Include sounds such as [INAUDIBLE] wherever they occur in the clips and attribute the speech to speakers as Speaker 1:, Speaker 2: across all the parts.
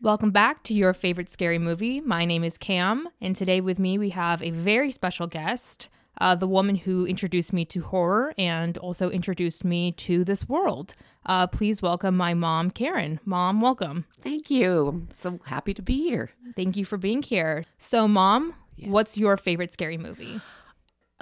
Speaker 1: Welcome back to your favorite scary movie. My name is Cam, and today with me we have a very special guest, uh, the woman who introduced me to horror and also introduced me to this world. Uh, please welcome my mom, Karen. Mom, welcome.
Speaker 2: Thank you. I'm so happy to be here.
Speaker 1: Thank you for being here. So, mom,
Speaker 2: Yes.
Speaker 1: what's your favorite scary movie?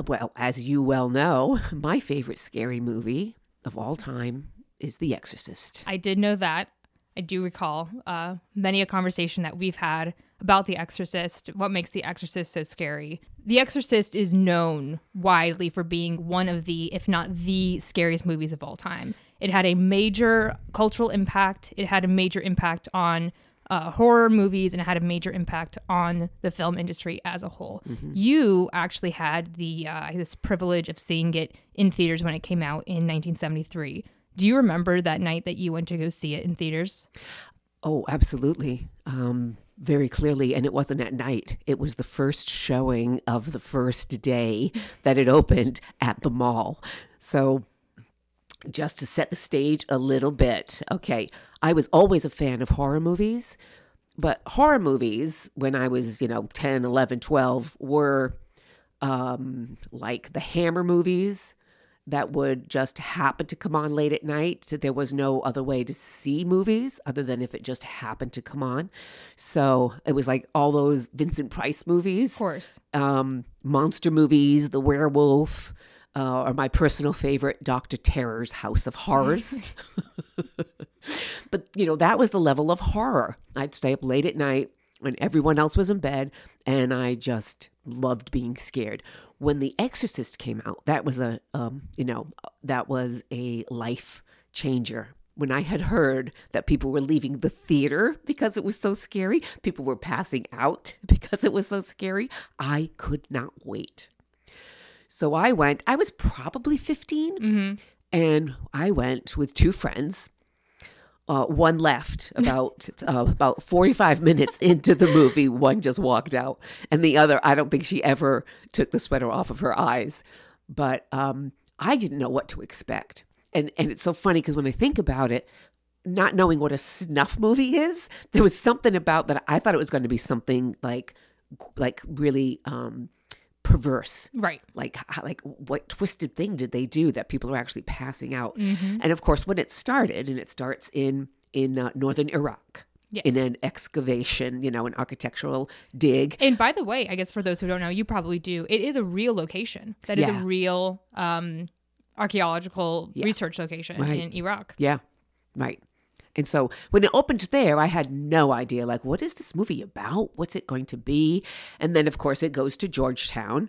Speaker 2: Well, as you well know, my favorite scary movie of all time is The Exorcist.
Speaker 1: I did know that. I do recall uh, many a conversation that we've had about The Exorcist, what makes The Exorcist so scary. The Exorcist is known widely for being one of the, if not the scariest movies of all time. It had a major cultural impact, it had a major impact on uh, horror movies, and it had a major impact on the film industry as a whole.
Speaker 2: Mm-hmm.
Speaker 1: You actually had the uh, this privilege of seeing it in theaters when it came out in 1973. Do you remember that night that you went to go see it in theaters?
Speaker 2: Oh, absolutely. Um, very clearly. And it wasn't at night, it was the first showing of the first day that it opened at the mall. So, just to set the stage a little bit, okay, I was always a fan of horror movies, but horror movies when I was, you know, 10, 11, 12 were um, like the Hammer movies that would just happen to come on late at night. There was no other way to see movies other than if it just happened to come on. So it was like all those Vincent Price movies
Speaker 1: Of course.
Speaker 2: um, monster movies, The Werewolf, uh, are my personal favorite, Dr. Terror's House of Horrors. but, you know, that was the level of horror. I'd stay up late at night when everyone else was in bed, and I just loved being scared. When The Exorcist came out, that was a, um, you know, that was a life changer. When I had heard that people were leaving the theater because it was so scary, people were passing out [LAUGHS] because it was so scary, I could not wait. So I went, I was probably 15,
Speaker 1: Mm-hmm.
Speaker 2: and I went with two friends. Uh, one left about uh, about 45 minutes into the movie. One just walked out, and the other, I don't think she ever took the sweater off of her eyes. But um, I didn't know what to expect, and and it's so funny because when I think about it, not knowing what a snuff movie is, there was something about that. I thought it was going to be something like like really um, perverse,
Speaker 1: Right.
Speaker 2: like h- like what twisted thing did they do that people are actually passing out and of course when it started and it starts in in uh, northern iraq
Speaker 1: Yes.
Speaker 2: in an excavation you know an architectural dig
Speaker 1: And by the way, I guess for those who don't know, you probably do. It is a real location. That is
Speaker 2: Yeah.
Speaker 1: a real um, archaeological
Speaker 2: Yeah.
Speaker 1: research location
Speaker 2: Right.
Speaker 1: in Iraq.
Speaker 2: yeah right and so when it opened there i had no idea like what is this movie about what's it going to be and then of course it goes to georgetown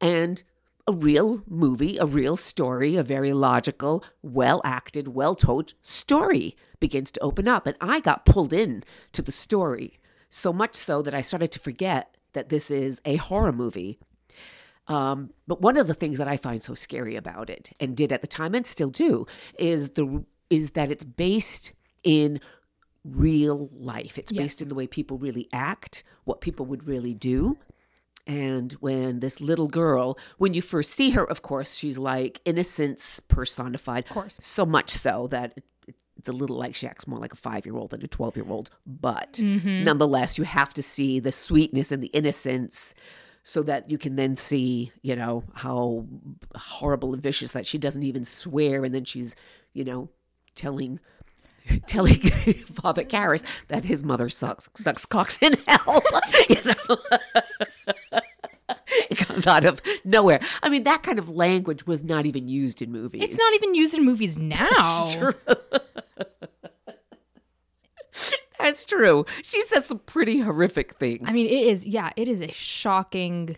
Speaker 2: and a real movie, a real story, a very logical, well acted, well told story begins to open up. And I got pulled in to the story so much so that I started to forget that this is a horror movie. Um, but one of the things that I find so scary about it, and did at the time and still do, is the is that it's based in real life. It's
Speaker 1: Yes.
Speaker 2: based in the way people really act, what people would really do. And when this little girl, when you first see her, of course, she's like innocence personified. Of
Speaker 1: course.
Speaker 2: So much so that it- it's a little like she acts more like a five year old than a 12 year old.
Speaker 1: Mm.
Speaker 2: But
Speaker 1: Mm-hmm.
Speaker 2: nonetheless, you have to see the sweetness and the innocence so that you can then see, you know, how horrible and vicious that she doesn't even swear. And then she's, you know, telling. [LAUGHS] Telling [LAUGHS] Father Karras that his mother sucks sucks cocks in hell. [LAUGHS] you know? it comes out of nowhere. I mean, that kind of language was not even used in movies.
Speaker 1: It's not even used in movies now.
Speaker 2: That's true. That's true. She says some pretty horrific things.
Speaker 1: I mean, it is. Yeah, it is a shocking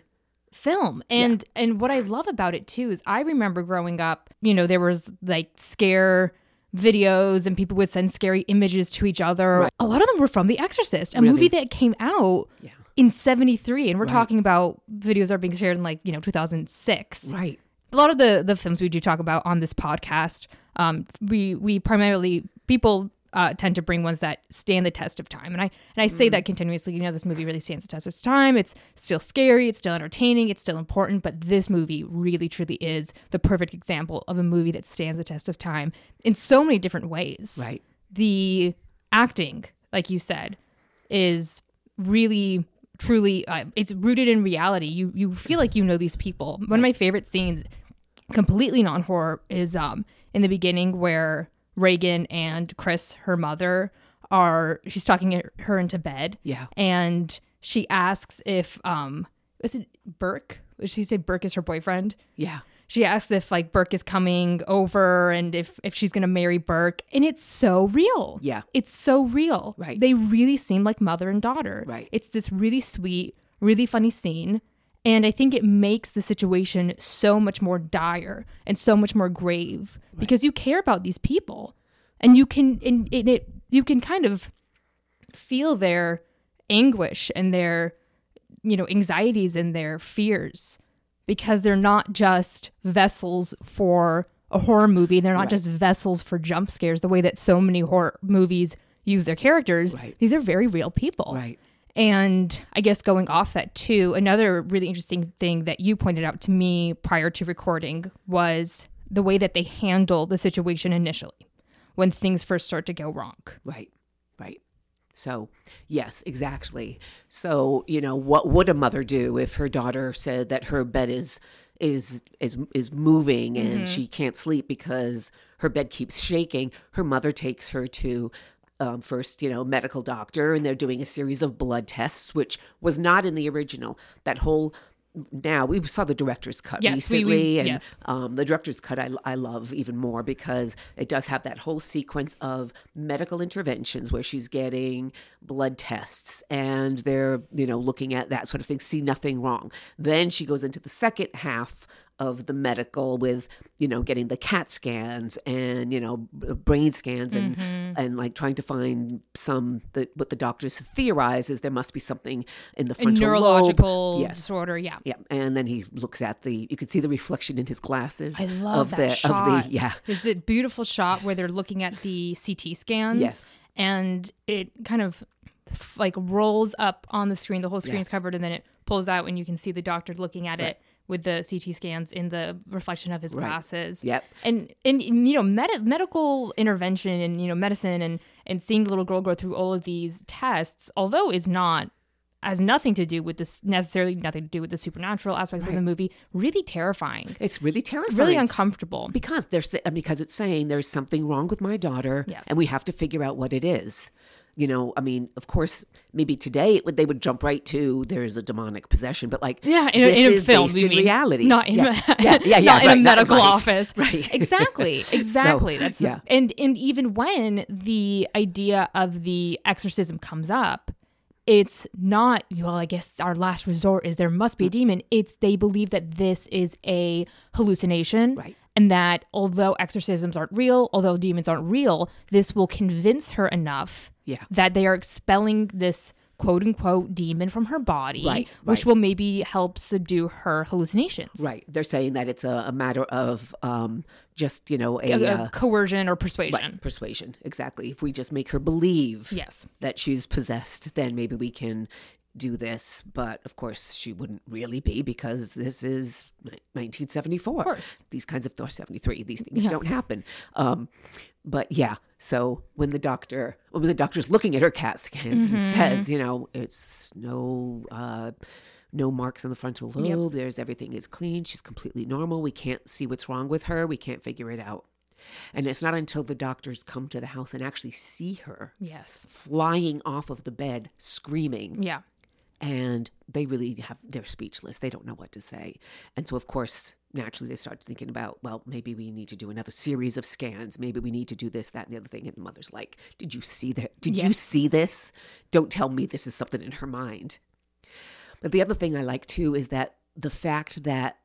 Speaker 1: film, and and what I love about it too is I remember growing up. You know, there was like scare videos, and people would send scary images to each other. A lot of them were from The Exorcist, a movie that came out
Speaker 2: Yeah.
Speaker 1: in '73, and we're talking about videos that are being shared in like you know 2006
Speaker 2: right.
Speaker 1: a lot of the the films we do talk about on this podcast um we we primarily people uh, tend to bring ones that stand the test of time. And I and I say that continuously. You know, this movie really stands the test of time. It's still scary. It's still entertaining. It's still important. But this movie really, truly is the perfect example of a movie that stands the test of time in so many different ways.
Speaker 2: Right.
Speaker 1: The acting, like you said, is really truly uh, it's rooted in reality you you feel like you know these people one of my favorite scenes completely non horror is um in the beginning where Reagan and Chris, her mother, are she's talking her- her into bed.
Speaker 2: Yeah.
Speaker 1: And she asks if um is it Burke? Did she say Burke is her boyfriend?
Speaker 2: Yeah.
Speaker 1: She asks if like Burke is coming over and if if she's gonna marry Burke. And it's so real.
Speaker 2: Yeah.
Speaker 1: It's so real.
Speaker 2: Right.
Speaker 1: They really seem like mother and daughter.
Speaker 2: Right.
Speaker 1: It's this really sweet, really funny scene. And I think it makes the situation so much more dire and so much more grave because you care about these people. And you can and it, it you can kind of feel their anguish and their you know anxieties and their fears because they're not just vessels for a horror movie they're not just vessels for jump scares the way that so many horror movies use their characters
Speaker 2: Right.
Speaker 1: these are very real people
Speaker 2: Right.
Speaker 1: and i guess going off that too another really interesting thing that you pointed out to me prior to recording was the way that they handle the situation initially when things first start to go wrong
Speaker 2: Right. Right. So, yes, exactly. So, you know, what would a mother do if her daughter said that her bed is is is is moving
Speaker 1: Mm-hmm.
Speaker 2: and she can't sleep because her bed keeps shaking? Her mother takes her to um, first, you know, medical doctor, and they're doing a series of blood tests, which was not in the original. That whole now we saw the director's cut
Speaker 1: Yes, we- we-
Speaker 2: recently, and
Speaker 1: yes.
Speaker 2: um, the director's cut I, I love even more because it does have that whole sequence of medical interventions where she's getting blood tests and they're you know looking at that sort of thing see nothing wrong then she goes into the second half of the medical with you know getting the cat scans and you know b- brain scans and and like trying to find some the, what the doctors theorize is there must be something in the
Speaker 1: a
Speaker 2: frontal
Speaker 1: neurological
Speaker 2: lobe. yes
Speaker 1: disorder yeah
Speaker 2: yeah, and then he looks at the. You could see the reflection in his glasses.
Speaker 1: I love that
Speaker 2: of the,
Speaker 1: shot.
Speaker 2: Of the yeah,
Speaker 1: There's the beautiful shot where they're looking at the CT scans.
Speaker 2: Yes.
Speaker 1: And it kind of like rolls up on the screen. The whole screen's covered, and then it pulls out, and you can see the doctor looking at it with the CT scans in the reflection of his glasses.
Speaker 2: Yep.
Speaker 1: And and you know, med- medical intervention and you know, medicine and and seeing the little girl go through all of these tests, although is not has nothing to do with this necessarily nothing to do with the supernatural aspects of the movie really terrifying
Speaker 2: it's really terrifying.
Speaker 1: really uncomfortable
Speaker 2: because they're sa- and because it's saying there's something wrong with my daughter,
Speaker 1: Yes.
Speaker 2: and we have to figure out what it is. You know, I mean, of course, maybe today it would, they would jump right to there's a demonic possession, but like
Speaker 1: Yeah, in a,
Speaker 2: this
Speaker 1: in a
Speaker 2: is
Speaker 1: film,
Speaker 2: based
Speaker 1: we
Speaker 2: in
Speaker 1: mean.
Speaker 2: reality,
Speaker 1: not in,
Speaker 2: yeah,
Speaker 1: a,
Speaker 2: yeah,
Speaker 1: [LAUGHS]
Speaker 2: yeah, yeah,
Speaker 1: not in
Speaker 2: right,
Speaker 1: a medical
Speaker 2: life.
Speaker 1: office,
Speaker 2: right? [LAUGHS]
Speaker 1: exactly, exactly. That's
Speaker 2: yeah.
Speaker 1: and and even when the idea of the exorcism comes up, it's not well. I guess our last resort is there must
Speaker 2: Mm.
Speaker 1: be a demon. It's they believe that this is a hallucination,
Speaker 2: Right.
Speaker 1: And that although exorcisms aren't real, although demons aren't real, this will convince her enough
Speaker 2: Yeah.
Speaker 1: that they are expelling this quote unquote demon from her body,
Speaker 2: Right,
Speaker 1: which
Speaker 2: right.
Speaker 1: will maybe help subdue her hallucinations.
Speaker 2: Right. They're saying that it's a, a matter of um, just you know a,
Speaker 1: Uh,
Speaker 2: uh,
Speaker 1: coercion or persuasion.
Speaker 2: persuasion exactly. If we just make her believe,
Speaker 1: Yes.
Speaker 2: that she's possessed, then maybe we can do this. But of course, she wouldn't really be because this is ni- 1974. Of
Speaker 1: course.
Speaker 2: These kinds of, or 73, these things don't happen. Um, but yeah, so when the doctor, when the doctor's looking at her CAT scans and says, you know, it's no, uh, no marks on the frontal lobe. There's everything is clean. She's completely normal. We can't see what's wrong with her. We can't figure it out. And it's not until the doctors come to the house and actually see her
Speaker 1: Yes.
Speaker 2: flying off of the bed screaming
Speaker 1: Yeah.
Speaker 2: and they really have they're speechless they don't know what to say and so of course naturally they start thinking about well maybe we need to do another series of scans maybe we need to do this that and the other thing and the mother's like did you see that did you
Speaker 1: Yes.
Speaker 2: see this don't tell me this is something in her mind but the other thing i like too is that the fact that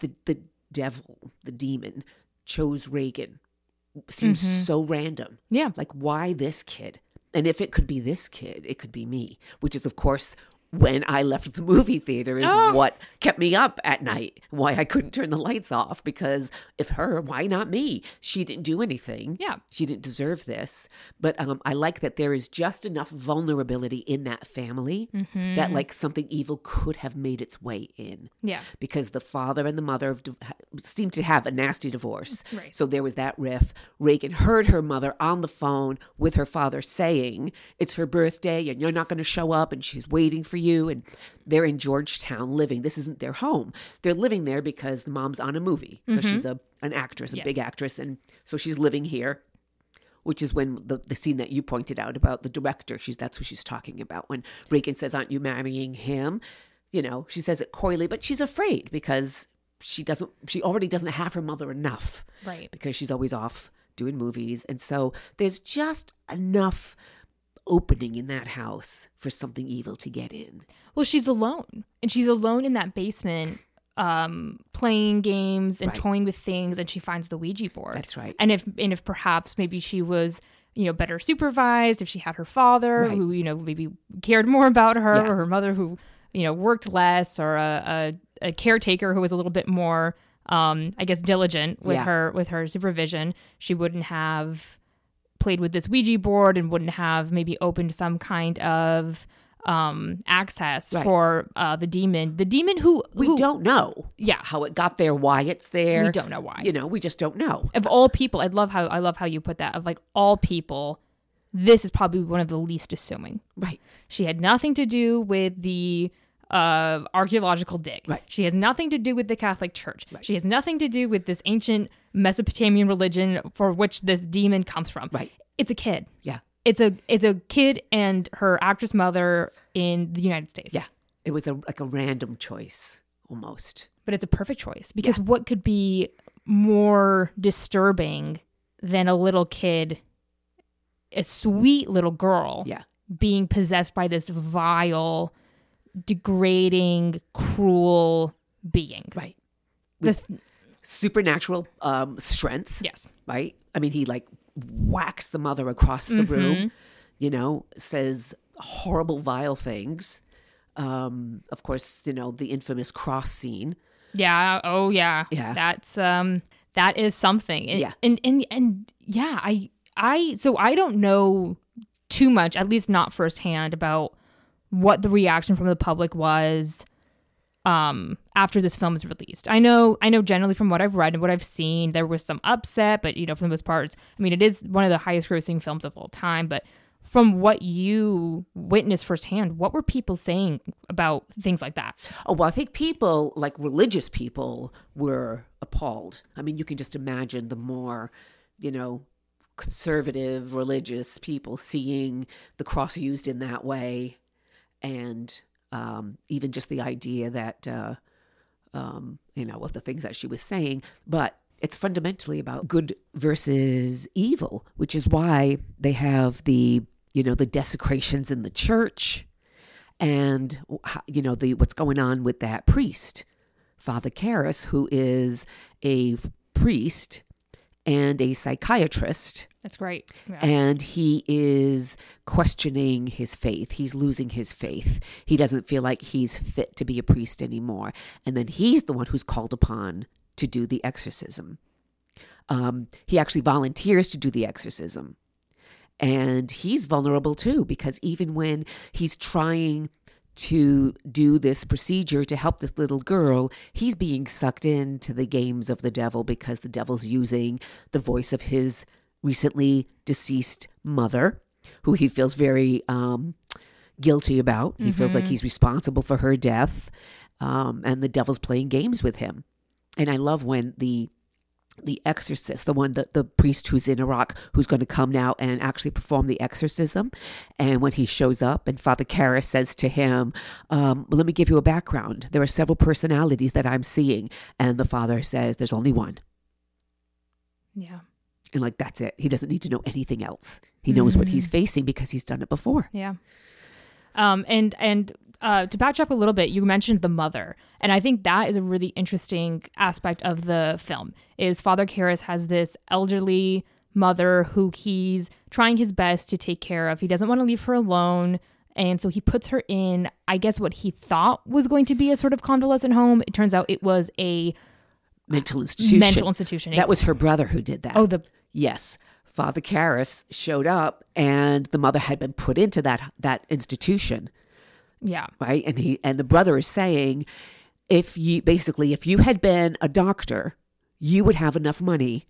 Speaker 2: the the devil the demon chose reagan seems so random
Speaker 1: Yeah.
Speaker 2: like, why this kid? And if it could be this kid, it could be me, which is, of course, when I left the movie theater is
Speaker 1: Oh.
Speaker 2: what kept me up at night. Why I couldn't turn the lights off because if her, why not me? She didn't do anything.
Speaker 1: Yeah.
Speaker 2: She didn't deserve this. But um, I like that there is just enough vulnerability in that family
Speaker 1: Mm-hmm.
Speaker 2: that like something evil could have made its way in
Speaker 1: Yeah.
Speaker 2: because the father and the mother of, seemed to have a nasty divorce.
Speaker 1: Right.
Speaker 2: So there was that riff. Reagan heard her mother on the phone with her father saying, It's her birthday and you're not going to show up and she's waiting for you. And they're in Georgetown living. This isn't their home. They're living there because the mom's on a movie. 'cause She's a, an actress,
Speaker 1: Mm-hmm.
Speaker 2: a
Speaker 1: Yes.
Speaker 2: big actress. And so she's living here which is when the, the scene that you pointed out about the director she's that's who she's talking about when reagan says aren't you marrying him you know she says it coyly but she's afraid because she doesn't she already doesn't have her mother enough
Speaker 1: Right.
Speaker 2: because she's always off doing movies and so there's just enough opening in that house for something evil to get in
Speaker 1: Well, she's alone, and she's alone in that basement, um, playing games and
Speaker 2: Right.
Speaker 1: toying with things, and she finds the Ouija board.
Speaker 2: That's right.
Speaker 1: And if and if perhaps maybe she was you know better supervised, if she had her father
Speaker 2: Right.
Speaker 1: who you know maybe cared more about her,
Speaker 2: Yeah.
Speaker 1: or her mother who you know worked less, or a a, a caretaker who was a little bit more. Um, I guess diligent with
Speaker 2: Yeah.
Speaker 1: her with her supervision, she wouldn't have played with this Ouija board and wouldn't have maybe opened some kind of um access
Speaker 2: Right.
Speaker 1: for uh the demon the demon who
Speaker 2: we
Speaker 1: who,
Speaker 2: don't know
Speaker 1: yeah
Speaker 2: how it got there why it's there
Speaker 1: we don't know why
Speaker 2: you know we just don't know
Speaker 1: of all people i love how i love how you put that of like all people this is probably one of the least assuming
Speaker 2: right
Speaker 1: she had nothing to do with the uh, archaeological dig.
Speaker 2: Right.
Speaker 1: She has nothing to do with the Catholic Church. She has nothing to do with this ancient Mesopotamian religion for which this demon comes from.
Speaker 2: Right.
Speaker 1: It's a kid.
Speaker 2: yeah
Speaker 1: It's a it's a kid and her actress mother in the United States.
Speaker 2: yeah it was a like a random choice almost
Speaker 1: But it's a perfect choice because what could be more disturbing than a little kid, a sweet little girl,
Speaker 2: yeah
Speaker 1: being possessed by this vile, degrading, cruel being.
Speaker 2: Right.
Speaker 1: The
Speaker 2: With supernatural um, strength,
Speaker 1: Yes.
Speaker 2: right? I mean, he like whacks the mother across the room, you know, says horrible, vile things. Um, of course, you know, the infamous cross scene.
Speaker 1: Yeah. Oh, yeah.
Speaker 2: Yeah.
Speaker 1: That's um. That is something. And,
Speaker 2: Yeah.
Speaker 1: And and and yeah. I I so I don't know too much, at least not firsthand, about what the reaction from the public was um after this film is released. I know I know generally from what I've read and what I've seen there was some upset, but you know for the most part it's, I mean it is one of the highest grossing films of all time, but from what you witnessed firsthand, what were people saying about things like that?
Speaker 2: Oh, well, I think people, like religious people, were appalled. I mean, you can just imagine the more, you know, conservative religious people seeing the cross used in that way. And um, even just the idea that, uh, um, you know, of the things that she was saying. But it's fundamentally about good versus evil, which is why they have the, you know, the desecrations in the church and wh- you know the what's going on with that priest father Karras, who is a f- priest and a psychiatrist
Speaker 1: That's great. Yeah.
Speaker 2: and he is questioning his faith he's losing his faith he doesn't feel like he's fit to be a priest anymore and then he's the one who's called upon to do the exorcism um, he actually volunteers to do the exorcism and he's vulnerable too because even when he's trying to do this procedure to help this little girl, he's being sucked into the games of the devil because the devil's using the voice of his recently deceased mother, who he feels very um, guilty about. He feels like he's responsible for her death, um, and the devil's playing games with him. And I love when the the exorcist, the one that the priest who's in Iraq who's going to come now and actually perform the exorcism. And when he shows up, and Father Karras says to him, um, "Let me give you a background. There are several personalities that I'm seeing," and the father says, "There's only one."
Speaker 1: yeah.
Speaker 2: And like that's it. He doesn't need to know anything else. He knows what
Speaker 1: Mm.
Speaker 2: he's facing because he's done it before.
Speaker 1: Yeah. Um, and and uh, to backtrack a little bit, you mentioned the mother, and I think that is a really interesting aspect of the film. Is Father Karras has this elderly mother who he's trying his best to take care of. He doesn't want to leave her alone, And so he puts her in, I guess, what he thought was going to be a sort of convalescent home. It turns out it was a
Speaker 2: mental institution.
Speaker 1: mental institution.
Speaker 2: That was her brother who did that.
Speaker 1: oh, the
Speaker 2: Yes. Father Karras showed up and the mother had been put into that that institution,
Speaker 1: yeah,
Speaker 2: right? And he and the brother is saying if you basically if you had been a doctor, you would have enough money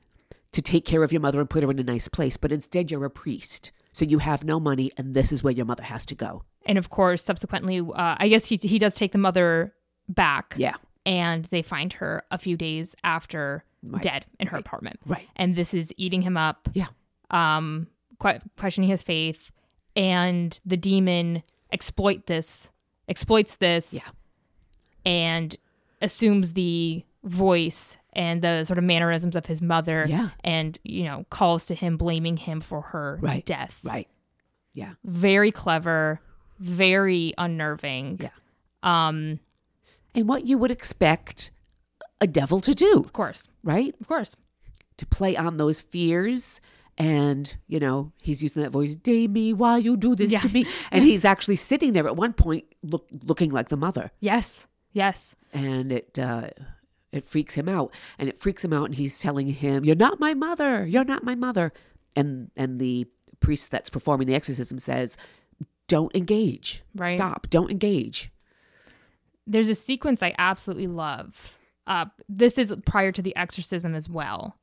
Speaker 2: to take care of your mother and put her in a nice place, but instead you're a priest. So you have no money and this is where your mother has to go.
Speaker 1: and of course, subsequently, uh, I guess he he does take the mother back,
Speaker 2: Yeah.
Speaker 1: and they find her a few days after
Speaker 2: Right.
Speaker 1: dead in her apartment,
Speaker 2: Right.
Speaker 1: and this is eating him up,
Speaker 2: Yeah.
Speaker 1: um, que- questioning his faith, and the demon exploit this exploits this,
Speaker 2: Yeah.
Speaker 1: and assumes the voice and the sort of mannerisms of his mother,
Speaker 2: Yeah.
Speaker 1: and you know calls to him, blaming him for her
Speaker 2: Right.
Speaker 1: death,
Speaker 2: Right. Yeah.
Speaker 1: very clever, very unnerving.
Speaker 2: Yeah.
Speaker 1: Um,
Speaker 2: And what you would expect a devil to do,
Speaker 1: of course.
Speaker 2: right?
Speaker 1: Of course.
Speaker 2: to play on those fears. And, you know, he's using that voice, Damie, why you do this
Speaker 1: Yeah.
Speaker 2: to me? And he's actually sitting there at one point look, looking like the mother.
Speaker 1: Yes. Yes.
Speaker 2: And it, uh, it freaks him out. And it freaks him out. And he's telling him, You're not my mother. You're not my mother. And, and the priest that's performing the exorcism says, Don't engage.
Speaker 1: Right.
Speaker 2: Stop. Don't engage.
Speaker 1: There's a sequence I absolutely love. Uh, this is prior to the exorcism as well.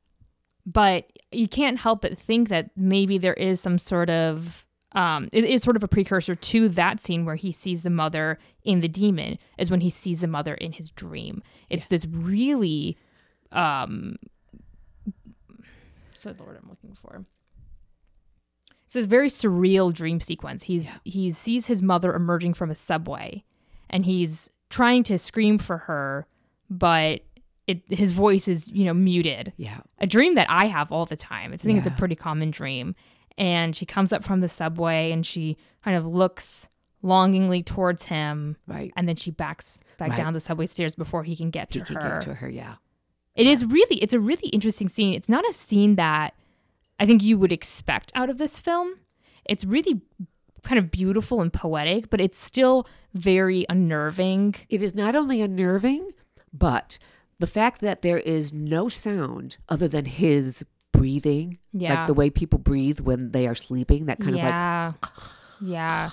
Speaker 1: But you can't help but think that maybe there is some sort of um, it is sort of a precursor to that scene where he sees the mother in the demon is when he sees the mother in his dream. It's this really um, so the word I'm looking for. It's this very surreal dream sequence. He's he sees his mother emerging from a subway, and he's trying to scream for her, but it his voice is you know muted.
Speaker 2: Yeah.
Speaker 1: A dream that I have all the time. It's, I think it's a
Speaker 2: Yeah.
Speaker 1: pretty common dream. And she comes up from the subway and she kind of looks longingly towards him,
Speaker 2: Right.
Speaker 1: and then she backs back
Speaker 2: Right.
Speaker 1: down the subway stairs before he can get to
Speaker 2: He can
Speaker 1: her.
Speaker 2: get to her. Yeah.
Speaker 1: It is really it's a really interesting scene. It's not a scene that I think you would expect out of this film. It's really kind of beautiful and poetic, but it's still very unnerving.
Speaker 2: It is not only unnerving, but the fact that there is no sound other than his breathing,
Speaker 1: Yeah.
Speaker 2: like the way people breathe when they are sleeping, that kind of like [SIGHS]
Speaker 1: yeah. yeah.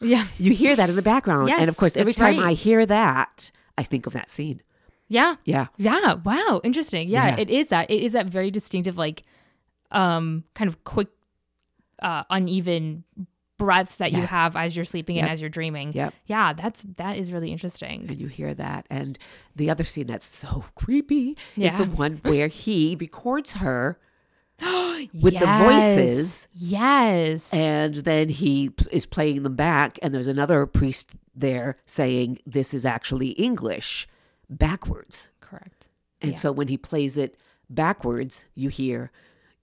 Speaker 1: Yeah.
Speaker 2: you hear that in the background. and
Speaker 1: Yes,
Speaker 2: of course, every
Speaker 1: that's
Speaker 2: time
Speaker 1: right.
Speaker 2: I hear that, I think of that scene.
Speaker 1: Yeah.
Speaker 2: Yeah.
Speaker 1: Yeah. Wow. Interesting. Yeah,
Speaker 2: Yeah.
Speaker 1: It is that. It is that very distinctive, like, um, kind of quick, uh, uneven breaths that you
Speaker 2: Yeah.
Speaker 1: have as you're sleeping and
Speaker 2: Yep.
Speaker 1: as you're dreaming.
Speaker 2: Yep.
Speaker 1: Yeah. That's, that is really interesting.
Speaker 2: And you hear that. And the other scene that's so [LAUGHS] creepy is
Speaker 1: Yeah.
Speaker 2: the one where he records her with the voices.
Speaker 1: Yes.
Speaker 2: And then he p- is playing them back, and there's another priest there saying, This is actually English backwards.
Speaker 1: Correct.
Speaker 2: And so when he plays it backwards, you hear,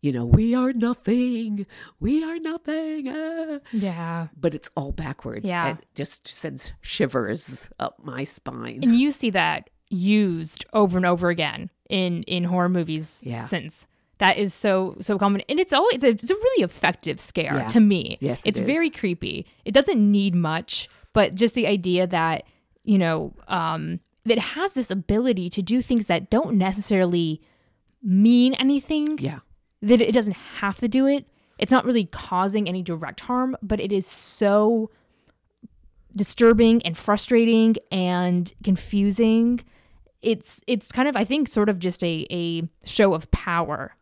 Speaker 2: you know, We are nothing. We are nothing. ah."
Speaker 1: Yeah.
Speaker 2: But it's all backwards.
Speaker 1: Yeah.
Speaker 2: And it just sends shivers up my spine.
Speaker 1: And you see that used over and over again in in horror movies
Speaker 2: Yeah.
Speaker 1: since. That is so so common, and it's always it's a, it's a really effective scare
Speaker 2: Yeah.
Speaker 1: to me.
Speaker 2: Yes, it
Speaker 1: it's
Speaker 2: is.
Speaker 1: very creepy. It doesn't need much, but just the idea that you know um, that it has this ability to do things that don't necessarily mean anything.
Speaker 2: Yeah.
Speaker 1: that it doesn't have to do it. It's not really causing any direct harm, but it is so disturbing and frustrating and confusing. It's it's kind of I think sort of just a a show of power.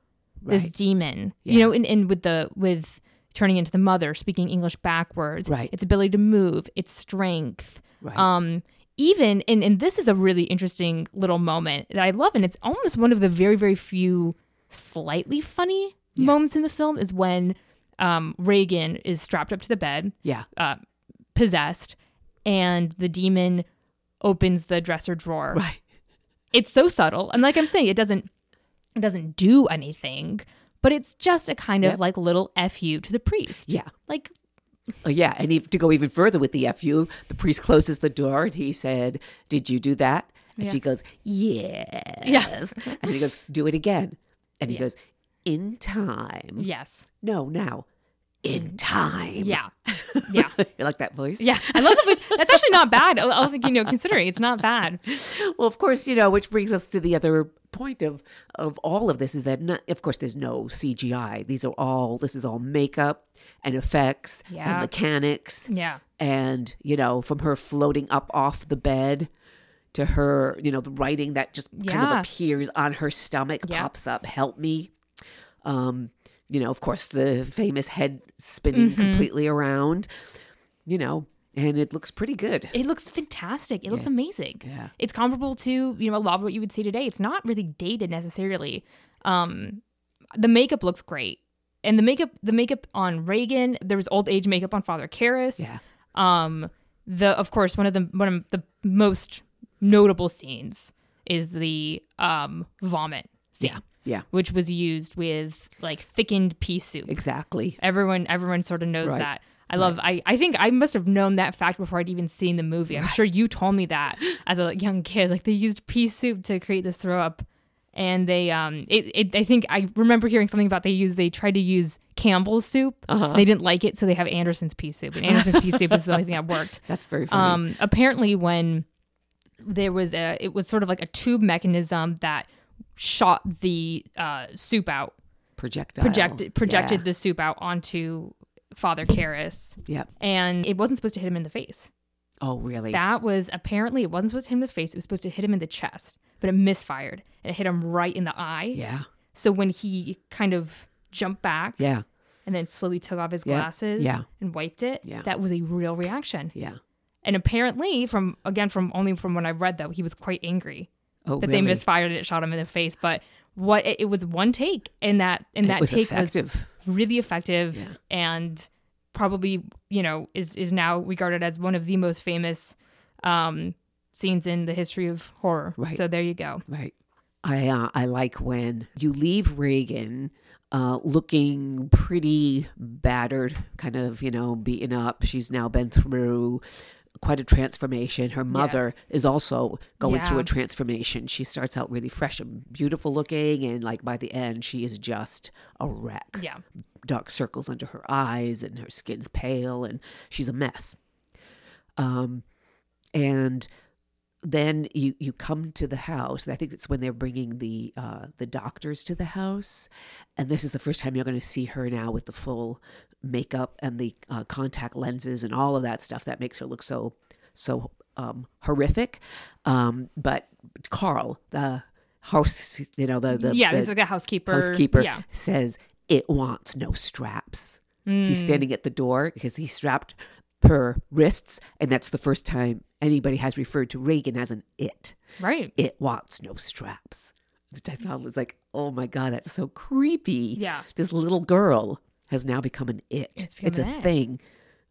Speaker 1: This
Speaker 2: Right.
Speaker 1: demon, you know, and, and with the with turning into the mother, speaking English backwards,
Speaker 2: Right.
Speaker 1: its ability to move, its strength,
Speaker 2: Right.
Speaker 1: um even and, and this is a really interesting little moment that i love and it's almost one of the very very few slightly funny moments in the film is when um reagan is strapped up to the bed
Speaker 2: yeah.
Speaker 1: uh possessed and the demon opens the dresser drawer
Speaker 2: Right.
Speaker 1: it's so subtle and like i'm saying it doesn't it doesn't do anything but it's just a kind of
Speaker 2: Yep.
Speaker 1: like little f you to the priest
Speaker 2: Yeah.
Speaker 1: like
Speaker 2: Oh, yeah. And he, to go even further with the FU, the priest closes the door and he said, Did you do that? And
Speaker 1: Yeah.
Speaker 2: she goes, Yes. and he goes, Do it again. And he goes, In time.
Speaker 1: yes
Speaker 2: No, now. In time. [LAUGHS]
Speaker 1: yeah Yeah.
Speaker 2: you like that voice?
Speaker 1: Yeah, I love the voice. That's actually not bad. I I think you know, considering it's not bad.
Speaker 2: Well, of course, you know, which brings us to the other point of of all of this is that, not, of course, there's no CGI. These are all this is all makeup and effects and
Speaker 1: Yeah.
Speaker 2: mechanics,
Speaker 1: Yeah,
Speaker 2: and you know, from her floating up off the bed to her, you know, the writing that just kind of
Speaker 1: Yeah.
Speaker 2: appears on her stomach
Speaker 1: Yeah.
Speaker 2: pops up. Help me. Um, you know, of course, the famous head spinning
Speaker 1: Mm-hmm.
Speaker 2: completely around. You know, and it looks pretty good.
Speaker 1: it looks fantastic. It looks amazing.
Speaker 2: Yeah.
Speaker 1: It's comparable to you know a lot of what you would see today. It's not really dated necessarily. Um, the makeup looks great, and the makeup the makeup on Reagan. There was old age makeup on Father Karras.
Speaker 2: Yeah.
Speaker 1: Um, the of course one of the one of the most notable scenes is the um vomit scene,
Speaker 2: Yeah. Yeah.
Speaker 1: which was used with like thickened pea soup.
Speaker 2: Exactly.
Speaker 1: Everyone, everyone sort of knows
Speaker 2: Right.
Speaker 1: that. I love. I, I think I must have known that fact before I'd even seen the movie. I'm sure you told me that as a young kid. Like they used pea soup to create this throw up, and they um, it, it I think I remember hearing something about they use they tried to use Campbell's soup.
Speaker 2: Uh-huh.
Speaker 1: They didn't like it, so they have Anderson's pea soup, and Anderson's pea soup is the only thing that worked.
Speaker 2: That's very [LAUGHS] funny.
Speaker 1: Um, apparently, when there was a, it was sort of like a tube mechanism that shot the uh, soup out
Speaker 2: projectile.
Speaker 1: projected projected the soup out onto Father Karras,
Speaker 2: Yeah. Yep.
Speaker 1: and it wasn't supposed to hit him in the face.
Speaker 2: Oh, really?
Speaker 1: That was apparently it wasn't supposed to hit him in the face. It was supposed to hit him in the chest, but it misfired and it hit him right in the eye.
Speaker 2: yeah.
Speaker 1: So when he kind of jumped back,
Speaker 2: Yeah.
Speaker 1: and then slowly took off his
Speaker 2: Yeah.
Speaker 1: glasses,
Speaker 2: Yeah.
Speaker 1: and wiped it.
Speaker 2: Yeah.
Speaker 1: that was a real reaction.
Speaker 2: Yeah.
Speaker 1: And apparently, from again from only from what I read though, he was quite angry
Speaker 2: Oh,
Speaker 1: that they
Speaker 2: really?
Speaker 1: misfired and it shot him in the face. But what it, it was one take, and that and
Speaker 2: It
Speaker 1: that
Speaker 2: was
Speaker 1: take was
Speaker 2: effective.
Speaker 1: really effective
Speaker 2: Yeah.
Speaker 1: and probably you know is is now regarded as one of the most famous um scenes in the history of horror
Speaker 2: Right.
Speaker 1: so there you go
Speaker 2: Right. I uh, I like when you leave Reagan uh, looking pretty battered, kind of you know beaten up. She's now been through quite a transformation. Her mother is also going through
Speaker 1: Yeah.
Speaker 2: a transformation. She starts out really fresh and beautiful looking, and like by the end, she is just a wreck.
Speaker 1: yeah
Speaker 2: dark circles under her eyes and her skin's pale and she's a mess. Um, and then you you come to the house. And I think it's when they're bringing the uh, the doctors to the house, and this is the first time you're going to see her now with the full makeup and the uh, contact lenses and all of that stuff that makes her look so so um, horrific. Um, but Carl, the house, you know Uh, the the
Speaker 1: yeah
Speaker 2: the,
Speaker 1: this is like a housekeeper
Speaker 2: housekeeper
Speaker 1: yeah
Speaker 2: says it wants no straps.
Speaker 1: Mm.
Speaker 2: He's standing at the door because he strapped her wrists, and that's the first time anybody has referred to Reagan as an it.
Speaker 1: right
Speaker 2: It wants no straps. Which I thought was like, oh my god, that's so creepy.
Speaker 1: Yeah.
Speaker 2: this little girl has now become an it.
Speaker 1: It's become
Speaker 2: it's a
Speaker 1: an it.
Speaker 2: thing.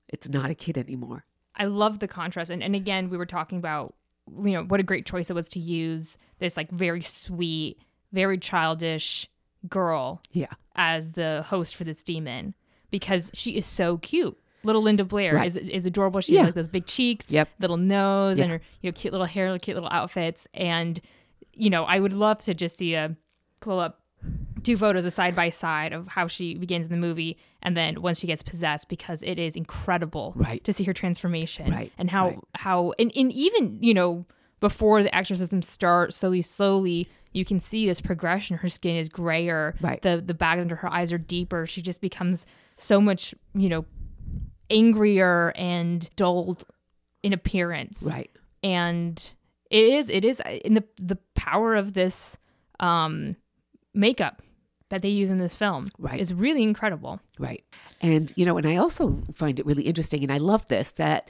Speaker 2: It's not a kid anymore.
Speaker 1: I love the contrast. And, and again, we were talking about, you know, what a great choice it was to use this like very sweet, very childish girl
Speaker 2: Yeah.
Speaker 1: as the host for this demon because she is so cute. Little Linda Blair
Speaker 2: Right.
Speaker 1: is, is adorable. She
Speaker 2: Yeah.
Speaker 1: has like those big cheeks,
Speaker 2: Yep.
Speaker 1: little nose, and
Speaker 2: Yeah.
Speaker 1: her you know cute little hair, cute little outfits. And you know, I would love to just see a pull up two photos a side by side of how she begins in the movie and then once she gets possessed because it is incredible
Speaker 2: Right.
Speaker 1: to see her transformation
Speaker 2: Right,
Speaker 1: and how
Speaker 2: right.
Speaker 1: how and, and even you know before the exorcism starts slowly slowly you can see this progression her skin is grayer
Speaker 2: Right.
Speaker 1: the the bags under her eyes are deeper she just becomes so much you know angrier and dulled in appearance
Speaker 2: Right.
Speaker 1: and it is it is uh, in the the power of this um makeup that they use in this film
Speaker 2: Right.
Speaker 1: is really incredible
Speaker 2: Right. And, you know, and I also find it really interesting, and I love this, that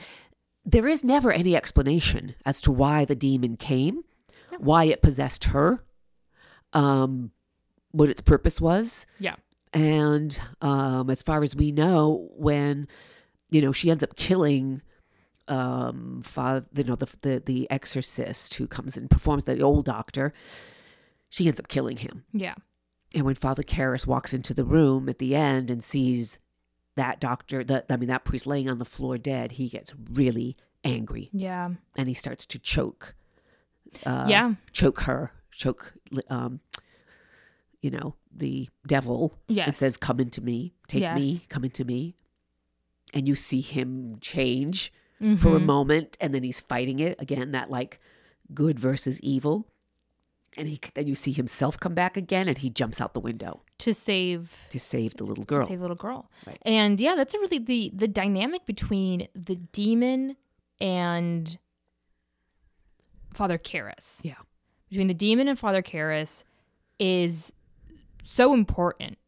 Speaker 2: there is never any explanation as to why the demon came, why it possessed her, um, what its purpose was.
Speaker 1: yeah
Speaker 2: And um, as far as we know, when, you know, she ends up killing um father you know the, the the exorcist who comes and performs the old doctor she ends up killing him
Speaker 1: yeah
Speaker 2: and when Father Karras walks into the room at the end and sees that doctor, that I mean that priest laying on the floor dead, he gets really angry
Speaker 1: yeah
Speaker 2: and he starts to choke, uh,
Speaker 1: yeah
Speaker 2: choke her, choke, um, you know, the devil, and
Speaker 1: Yes.
Speaker 2: says, "Come into me, take
Speaker 1: Yes.
Speaker 2: me, come into me." and you see him change
Speaker 1: Mm-hmm.
Speaker 2: for a moment and then he's fighting it again that like good versus evil and he then you see himself come back again and he jumps out the window
Speaker 1: to save
Speaker 2: to save the little girl
Speaker 1: save little girl.
Speaker 2: Right.
Speaker 1: And yeah, that's a really the the dynamic between the demon and Father Karras.
Speaker 2: Yeah.
Speaker 1: Between the demon and Father Karras is so important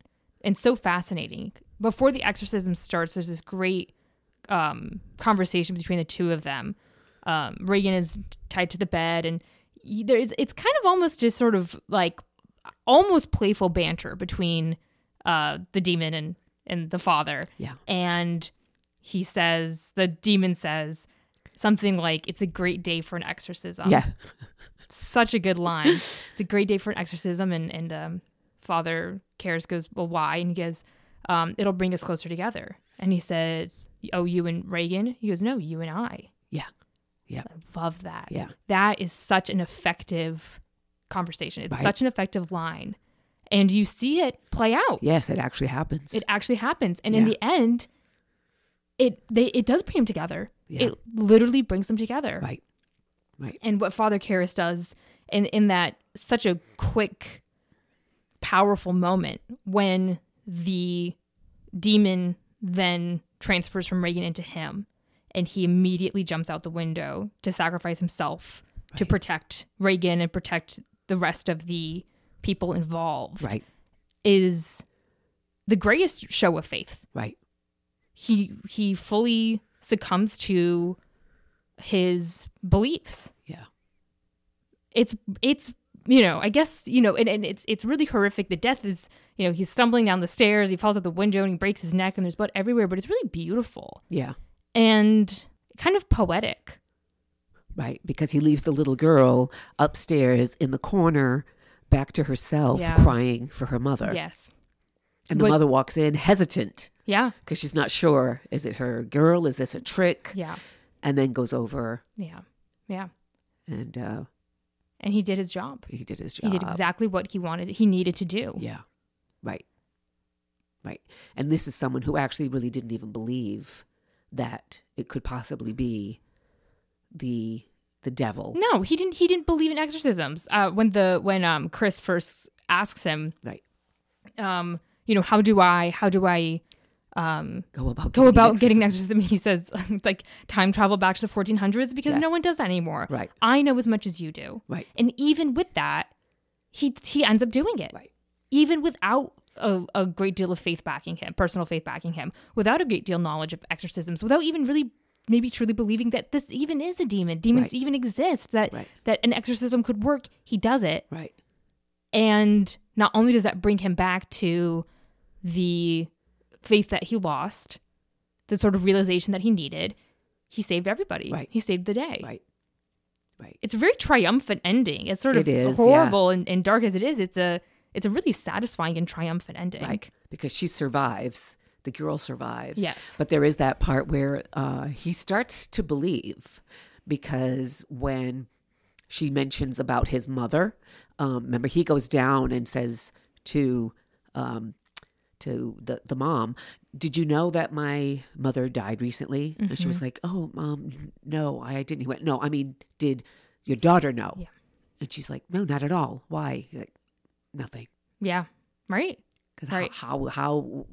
Speaker 1: and so fascinating. Before the exorcism starts, there's this great um, conversation between the two of them. Um, Reagan is tied to the bed, and y- there is it's kind of almost just sort of like almost playful banter between uh, the demon and and the father.
Speaker 2: Yeah.
Speaker 1: and he says the demon says something like it's a great day for an exorcism
Speaker 2: yeah
Speaker 1: such a good line. It's a great day for an exorcism, and and um, Father Karras goes, "Well, why?" And he goes, um, "It'll bring us closer together." And he says, "Oh, you and Reagan?" He goes, "No, you and I."
Speaker 2: yeah
Speaker 1: I love that.
Speaker 2: Yeah.
Speaker 1: that is such an effective conversation. It's
Speaker 2: Right.
Speaker 1: such an effective line, and you see it play out.
Speaker 2: yes it actually happens
Speaker 1: It actually happens, and in
Speaker 2: Yeah.
Speaker 1: the end, it they it does bring them together.
Speaker 2: Yeah.
Speaker 1: It literally brings them together
Speaker 2: right
Speaker 1: and what Father Karras does in in that such a quick, powerful moment when the demon then transfers from Reagan into him, and he immediately jumps out the window to sacrifice himself to
Speaker 2: Right.
Speaker 1: protect Reagan and protect the rest of the people involved.
Speaker 2: right
Speaker 1: Is the greatest show of faith
Speaker 2: right
Speaker 1: he he fully succumbs to his beliefs.
Speaker 2: Yeah.
Speaker 1: It's it's you know, I guess, you know, and, and it's it's really horrific. The death is you know, he's stumbling down the stairs, he falls out the window and he breaks his neck and there's blood everywhere, but it's really beautiful
Speaker 2: yeah
Speaker 1: and kind of poetic.
Speaker 2: Right, because he leaves the little girl upstairs in the corner back to herself
Speaker 1: Yeah.
Speaker 2: crying for her mother.
Speaker 1: Yes.
Speaker 2: And the
Speaker 1: What-
Speaker 2: mother walks in hesitant
Speaker 1: Yeah.
Speaker 2: because she's not sure is it her girl? Is this a trick?
Speaker 1: Yeah.
Speaker 2: And then goes over
Speaker 1: Yeah. Yeah.
Speaker 2: and uh,
Speaker 1: And he did his job.
Speaker 2: he did his job.
Speaker 1: He did exactly what he wanted he needed to do.
Speaker 2: Yeah, right, right. And this is someone who actually really didn't even believe that it could possibly be the the devil.
Speaker 1: No, he didn't. He didn't believe in exorcisms. Uh, when the when um Chris first asks him,
Speaker 2: Right.
Speaker 1: um, you know, how do I how do I um
Speaker 2: Go
Speaker 1: [LAUGHS]
Speaker 2: about
Speaker 1: go
Speaker 2: getting
Speaker 1: about
Speaker 2: an
Speaker 1: getting an
Speaker 2: exorcism.
Speaker 1: exorcism? He says [LAUGHS] it's like time travel back to the 1400s because
Speaker 2: Yeah.
Speaker 1: no one does that anymore.
Speaker 2: Right.
Speaker 1: I know as much as you do.
Speaker 2: Right.
Speaker 1: And even with that, he he ends up doing it.
Speaker 2: Right.
Speaker 1: Even without a, a great deal of faith backing him, personal faith backing him, without a great deal of knowledge of exorcisms, without even really maybe truly believing that this even is a demon, demons
Speaker 2: Right.
Speaker 1: even exist, that
Speaker 2: Right.
Speaker 1: that an exorcism could work, he does it.
Speaker 2: Right.
Speaker 1: And not only does that bring him back to the faith that he lost, the sort of realization that he needed, he saved everybody.
Speaker 2: Right.
Speaker 1: He saved the day
Speaker 2: Right. Right.
Speaker 1: it's a very triumphant ending. It's sort of
Speaker 2: It is,
Speaker 1: horrible and, and dark as it is. It's a it's a really satisfying and triumphant ending.
Speaker 2: Like because she survives, the girl survives.
Speaker 1: Yes.
Speaker 2: But there is that part where uh, he starts to believe because when she mentions about his mother, um, remember he goes down and says to um, to the the mom, "Did you know that my mother died recently?" And
Speaker 1: Mm-hmm.
Speaker 2: she was like, "Oh, mom, no, I didn't." He went, "No, I mean, did your daughter know?"
Speaker 1: Yeah.
Speaker 2: And she's like, "No, not at all. Why?" He's like, "Nothing."
Speaker 1: yeah, right.
Speaker 2: Because
Speaker 1: Right.
Speaker 2: how, how how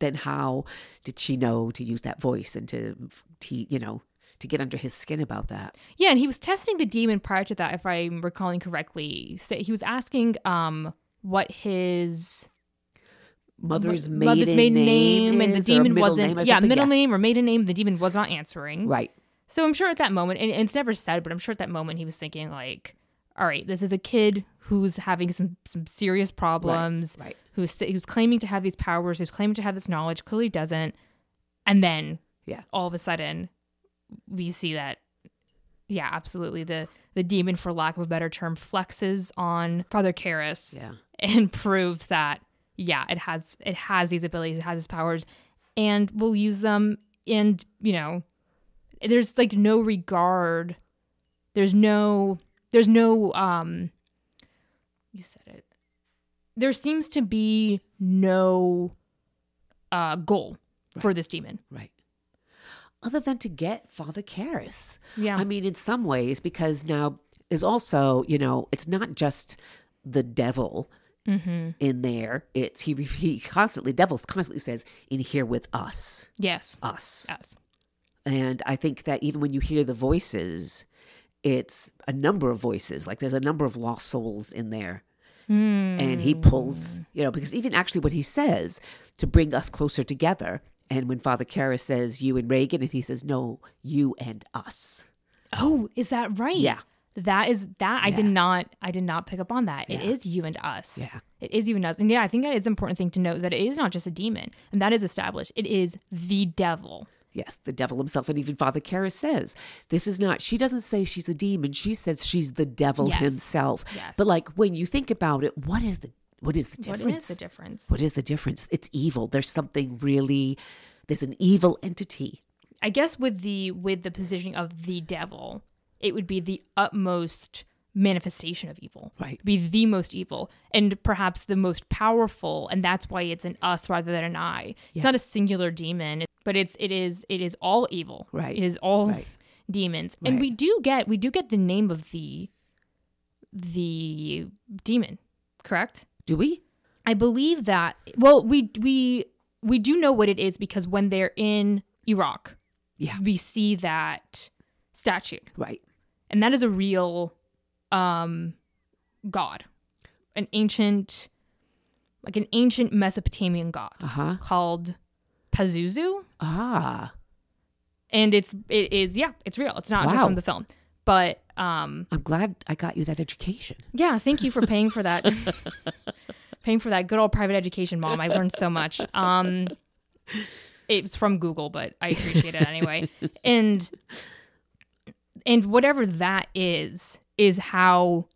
Speaker 2: then how did she know to use that voice and to, to you know to get under his skin about that?
Speaker 1: Yeah, and he was testing the demon prior to that, if I'm recalling correctly. So he was asking um what his
Speaker 2: Mother's
Speaker 1: what-
Speaker 2: maiden, name,
Speaker 1: and the
Speaker 2: is, or
Speaker 1: demon
Speaker 2: middle
Speaker 1: wasn't
Speaker 2: name or
Speaker 1: yeah
Speaker 2: something?
Speaker 1: middle name or maiden name the demon was not answering
Speaker 2: Right.
Speaker 1: so I'm sure at that moment and, and it's never said but I'm sure at that moment he was thinking like all right this is a kid who's having some some serious problems
Speaker 2: Right.
Speaker 1: who's who's claiming to have these powers, who's claiming to have this knowledge, clearly doesn't, and then
Speaker 2: Yeah.
Speaker 1: all of a sudden we see that yeah, absolutely the the demon, for lack of a better term, flexes on Father Karras
Speaker 2: Yeah.
Speaker 1: and [LAUGHS] proves that yeah, it has it has these abilities, it has these powers, and will use them. And you know, there's like no regard. There's no. There's no. Um, you said it. There seems to be no uh, goal for this demon.
Speaker 2: Right. other than to get Father Karras.
Speaker 1: Yeah.
Speaker 2: I mean, in some ways, because now is also, you know, it's not just the devil
Speaker 1: Mm-hmm.
Speaker 2: in there. It's he he constantly devil's constantly says in here with us,
Speaker 1: Yes.
Speaker 2: us.
Speaker 1: Yes.
Speaker 2: And I think that even when you hear the voices, it's a number of voices. Like there's a number of lost souls in there.
Speaker 1: Hmm.
Speaker 2: And he pulls,
Speaker 1: Mm.
Speaker 2: you know, because even actually what he says to bring us closer together. And when Father Kara says, you and Reagan, and he says, no, you and us.
Speaker 1: Oh, is that right?
Speaker 2: Yeah.
Speaker 1: That is that I did
Speaker 2: Yeah.
Speaker 1: not I did not pick up on that. It
Speaker 2: Yeah.
Speaker 1: is you and us.
Speaker 2: Yeah.
Speaker 1: It is you and us. And yeah, I think that is an important thing to note that it is not just a demon. And that is established. It is the devil.
Speaker 2: Yes, the devil himself. And even Father Kara says, this is not, she doesn't say she's a demon. She says she's the devil
Speaker 1: Yes.
Speaker 2: himself.
Speaker 1: Yes.
Speaker 2: But like when you think about it, what is the, what is the difference?
Speaker 1: What is the difference?
Speaker 2: What is the difference? It's evil. There's something really, there's an evil entity.
Speaker 1: I guess with the with the positioning of the devil, it would be the utmost manifestation of evil.
Speaker 2: Right.
Speaker 1: Be the most evil and perhaps the most powerful, and that's why it's an us rather than an I. It's not a singular demon, but it's it is it is all evil.
Speaker 2: Right.
Speaker 1: It is all
Speaker 2: Right.
Speaker 1: demons. And we do get we do get the name of the the demon, correct?
Speaker 2: Do we?
Speaker 1: I believe that well, we we we do know what it is because when they're in Iraq,
Speaker 2: Yeah.
Speaker 1: we see that statue.
Speaker 2: Right.
Speaker 1: And that is a real um god. An ancient like an ancient Mesopotamian god
Speaker 2: Uh huh.
Speaker 1: called Pazuzu.
Speaker 2: Ah,
Speaker 1: And it's it is yeah, it's real. It's not just
Speaker 2: Wow.
Speaker 1: from the film. But um
Speaker 2: I'm glad I got you that education.
Speaker 1: yeah, thank you for paying for that. [LAUGHS] paying for that good old private education, mom. I learned so much. Um it's from Google, but I appreciate it anyway. And and whatever that is is how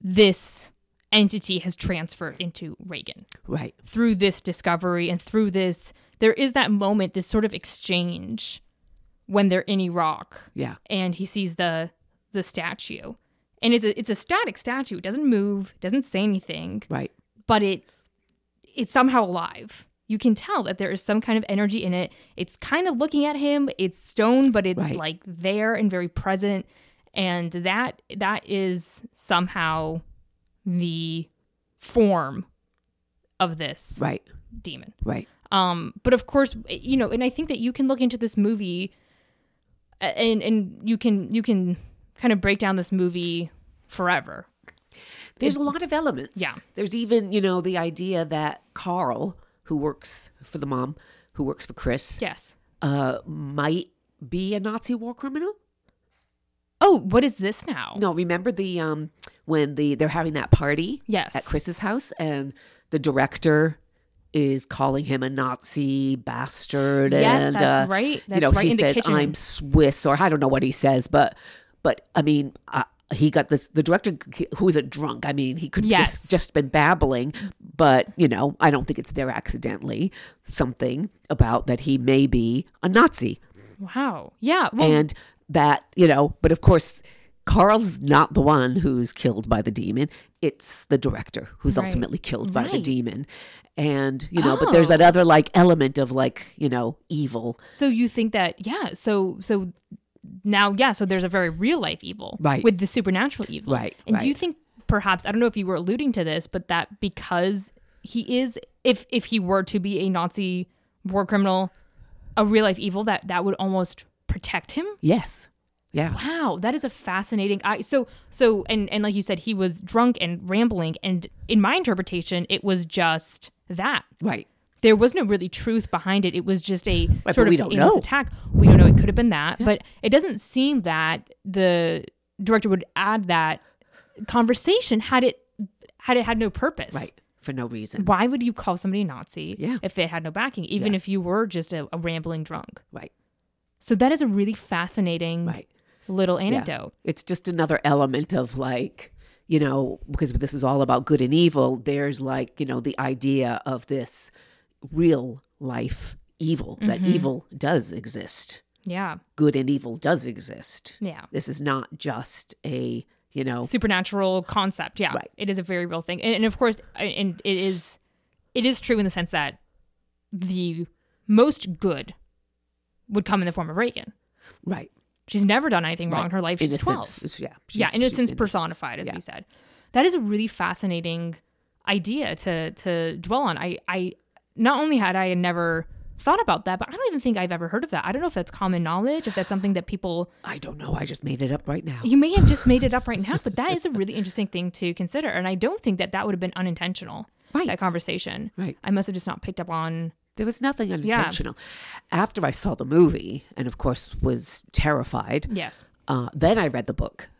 Speaker 1: this entity has transferred into Reagan
Speaker 2: Right.
Speaker 1: through this discovery and through this there is that moment this sort of exchange when they're in Iraq
Speaker 2: Yeah.
Speaker 1: and he sees the the statue and it's a it's a static statue it doesn't move doesn't say anything
Speaker 2: Right.
Speaker 1: but it it's somehow alive you can tell that there is some kind of energy in it it's kind of looking at him it's stone but it's
Speaker 2: Right.
Speaker 1: like there and very present and that that is somehow the form of this
Speaker 2: Right.
Speaker 1: demon
Speaker 2: Right.
Speaker 1: um, but of course, you know, and I think that you can look into this movie, a- and and you can you can kind of break down this movie forever.
Speaker 2: There's a lot of elements.
Speaker 1: Yeah.
Speaker 2: There's even, you know, the idea that Carl, who works for the mom, who works for Chris,
Speaker 1: Yes.
Speaker 2: uh, might be a Nazi war criminal.
Speaker 1: Oh, what is this now?
Speaker 2: No, remember the um when the they're having that party
Speaker 1: Yes.
Speaker 2: at Chris's house and the director is calling him a Nazi bastard.
Speaker 1: Yes,
Speaker 2: and,
Speaker 1: that's
Speaker 2: uh,
Speaker 1: right. That's
Speaker 2: you know,
Speaker 1: right
Speaker 2: he
Speaker 1: in the
Speaker 2: says
Speaker 1: kitchen.
Speaker 2: I'm Swiss, or I don't know what he says, but but I mean. Uh, he got this. The director, who is a drunk, I mean, he could
Speaker 1: Yes.
Speaker 2: just just been babbling, but you know, I don't think it's there accidentally. Something about that he may be a Nazi
Speaker 1: Wow. Yeah. Well,
Speaker 2: and that you know but of course carl's not the one who's killed by the demon it's the director who's
Speaker 1: Right.
Speaker 2: ultimately killed by the
Speaker 1: Right.
Speaker 2: demon and you know but there's that other like element of like you know evil
Speaker 1: so you think that yeah? So so now yeah. So there's a very real life evil
Speaker 2: Right.
Speaker 1: with the supernatural evil.
Speaker 2: Right,
Speaker 1: And do you
Speaker 2: right.
Speaker 1: think perhaps I don't know if you were alluding to this, but that because he is if if he were to be a Nazi war criminal, a real life evil that that would almost protect him.
Speaker 2: yes yeah
Speaker 1: Wow, that is a fascinating. I so so and and like you said, he was drunk and rambling, and in my interpretation, it was just that
Speaker 2: right
Speaker 1: there was no really truth behind it. It was just a
Speaker 2: but
Speaker 1: sort of
Speaker 2: we don't
Speaker 1: aimless
Speaker 2: know.
Speaker 1: attack. We don't know. It could have been that, but it doesn't seem that the director would add that conversation had it had it had no purpose.
Speaker 2: right for no reason
Speaker 1: Why would you call somebody a Nazi
Speaker 2: Yeah.
Speaker 1: if it had no backing, even if you were just a, a rambling drunk?
Speaker 2: right
Speaker 1: So that is a really fascinating
Speaker 2: right
Speaker 1: little
Speaker 2: Yeah.
Speaker 1: anecdote.
Speaker 2: It's just another element of like, you know, because this is all about good and evil, there's like, you know, the idea of this real life evil, that evil does exist.
Speaker 1: Yeah.
Speaker 2: Good and evil does exist.
Speaker 1: Yeah.
Speaker 2: This is not just a, you know,
Speaker 1: supernatural concept. Yeah,
Speaker 2: Right.
Speaker 1: it is a very real thing, and, and of course, I- and it is, it is true in the sense that the most good would come in the form of Reagan.
Speaker 2: Right.
Speaker 1: She's never done anything wrong in her life. She's
Speaker 2: Innocence.
Speaker 1: 12.
Speaker 2: It's- Yeah.
Speaker 1: yeah,
Speaker 2: she's- she's
Speaker 1: innocence
Speaker 2: innocent.
Speaker 1: personified, as
Speaker 2: Yeah.
Speaker 1: we said. That is a really fascinating idea to to dwell on. I I not only had I never thought about that, but I don't even think I've ever heard of that. I don't know if that's common knowledge, if that's something that people
Speaker 2: I don't know. I just made it up right now.
Speaker 1: you may have just made it up right now, but that is a really interesting thing to consider. And I don't think that that would have been unintentional.
Speaker 2: Right.
Speaker 1: That conversation.
Speaker 2: Right.
Speaker 1: I must have just not picked up on.
Speaker 2: There was nothing unintentional. After I saw the movie, and of course was terrified,
Speaker 1: Yes.
Speaker 2: uh, then I read the book.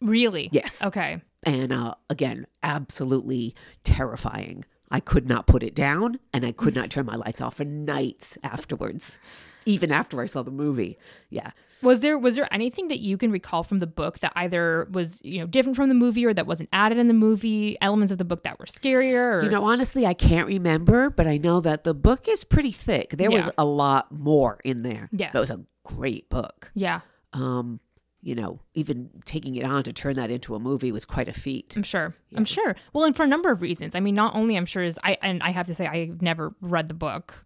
Speaker 1: Really.
Speaker 2: Yes.
Speaker 1: Okay.
Speaker 2: And uh, again, absolutely terrifying. I could not put it down and I could not turn my lights off for nights afterwards, even after I saw the movie. Yeah.
Speaker 1: Was there was there anything that you can recall from the book that either was you know different from the movie or that wasn't added in the movie? Elements of the book that were scarier. Or,
Speaker 2: You know, honestly, I can't remember, but I know that the book is pretty thick. There was
Speaker 1: Yeah.
Speaker 2: a lot more in there.
Speaker 1: Yes.
Speaker 2: That was a great book.
Speaker 1: Yeah,
Speaker 2: Um, you know, even taking it on to turn that into a movie was quite a feat.
Speaker 1: I'm sure. I'm sure. Well, and for a number of reasons. I mean, not only I'm sure is I and I have to say I've never read the book.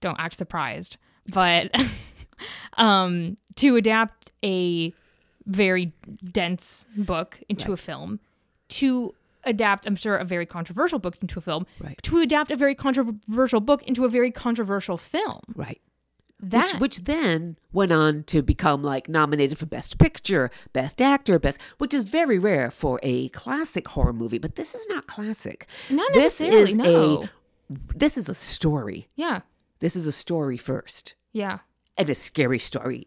Speaker 1: Don't act surprised. But [LAUGHS] um to adapt a very dense book into a film to adapt i'm sure a very controversial book into a film
Speaker 2: Right.
Speaker 1: to adapt a very controversial book into a very controversial film
Speaker 2: Right.
Speaker 1: that
Speaker 2: Which, which then went on to become like nominated for Best Picture, Best Actor, Best, which is very rare for a classic horror movie. But this is not classic.
Speaker 1: Not
Speaker 2: this
Speaker 1: necessarily,
Speaker 2: Is
Speaker 1: no.
Speaker 2: a, this is a story.
Speaker 1: yeah
Speaker 2: This is a story first,
Speaker 1: yeah
Speaker 2: and a scary story